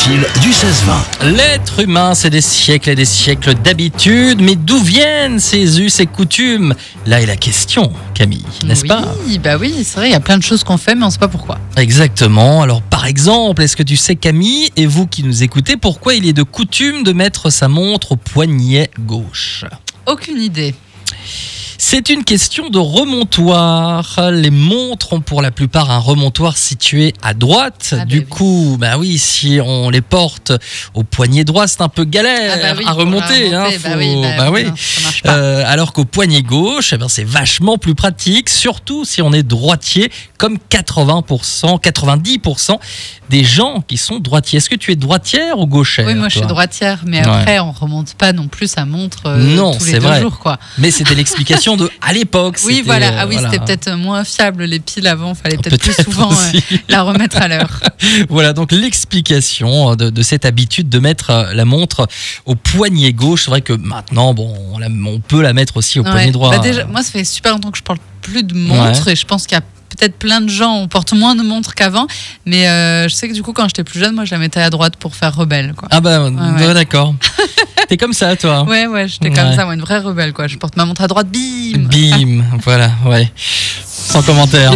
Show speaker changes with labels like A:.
A: fil du 16-20.
B: L'être humain, c'est des siècles et des siècles d'habitude, mais d'où viennent ces us et coutumes Là est la question, Camille, n'est-ce
C: oui,
B: pas
C: bah oui, c'est vrai, il y a plein de choses qu'on fait, mais on ne sait pas pourquoi.
B: Exactement. Alors, par exemple, est-ce que tu sais, Camille, et vous qui nous écoutez, pourquoi il est de coutume de mettre sa montre au poignet gauche
C: Aucune idée.
B: C'est une question de remontoir. Les montres ont pour la plupart un remontoir situé à droite.
C: Ah bah
B: du
C: oui.
B: coup, bah oui, si on les porte au poignet droit, c'est un peu galère
C: Ah bah
B: Euh,
C: oui,
B: à
C: pour la
B: remonter. hein,
C: remonter, bah
B: faut-
C: oui, bah
B: bah oui.
C: non, ça marche pas.
B: Euh, alors qu'au poignet gauche, eh ben, c'est vachement plus pratique, surtout si on est droitier, comme 80%, 90% des gens qui sont droitiers. Est-ce que tu es droitière ou gauchère
C: oui, moi je suis
B: Euh, toi
C: droitière, mais
B: Ouais.
C: après on remonte pas non plus sa montre euh,
B: Non,
C: tous
B: c'est
C: les deux
B: vrai.
C: jours quoi.
B: Mais c'était l'explication de à l'époque.
C: Oui,
B: c'était,
C: voilà.
B: euh, Oh,
C: Ah oui, c'était peut-être moins fiable les piles avant, fallait peut-être plus
B: Peut-être
C: souvent euh,
B: aussi.
C: la remettre à l'heure.
B: Voilà donc l'explication euh, de, de cette habitude de mettre euh, la montre au poignet gauche. C'est vrai que maintenant, bon, on, la- on peut la mettre aussi au
C: Ouais.
B: poignet droit.
C: Bah, déjà, moi ça fait super longtemps que je porte plus de montres et je pense qu'il y a peut-être plein de gens, on porte moins de montres qu'avant, mais euh, je sais que du coup quand j'étais plus jeune, moi je la mettais à droite pour faire rebelle quoi.
B: Ah bah
C: ouais.
B: ouais, d'accord. T'es comme ça toi. hein.
C: Ouais, ouais, j'étais comme
B: Ouais.
C: ça, moi, une vraie rebelle, quoi. Je porte ma montre à droite, bim
B: Bim, voilà, ouais. Sans commentaire.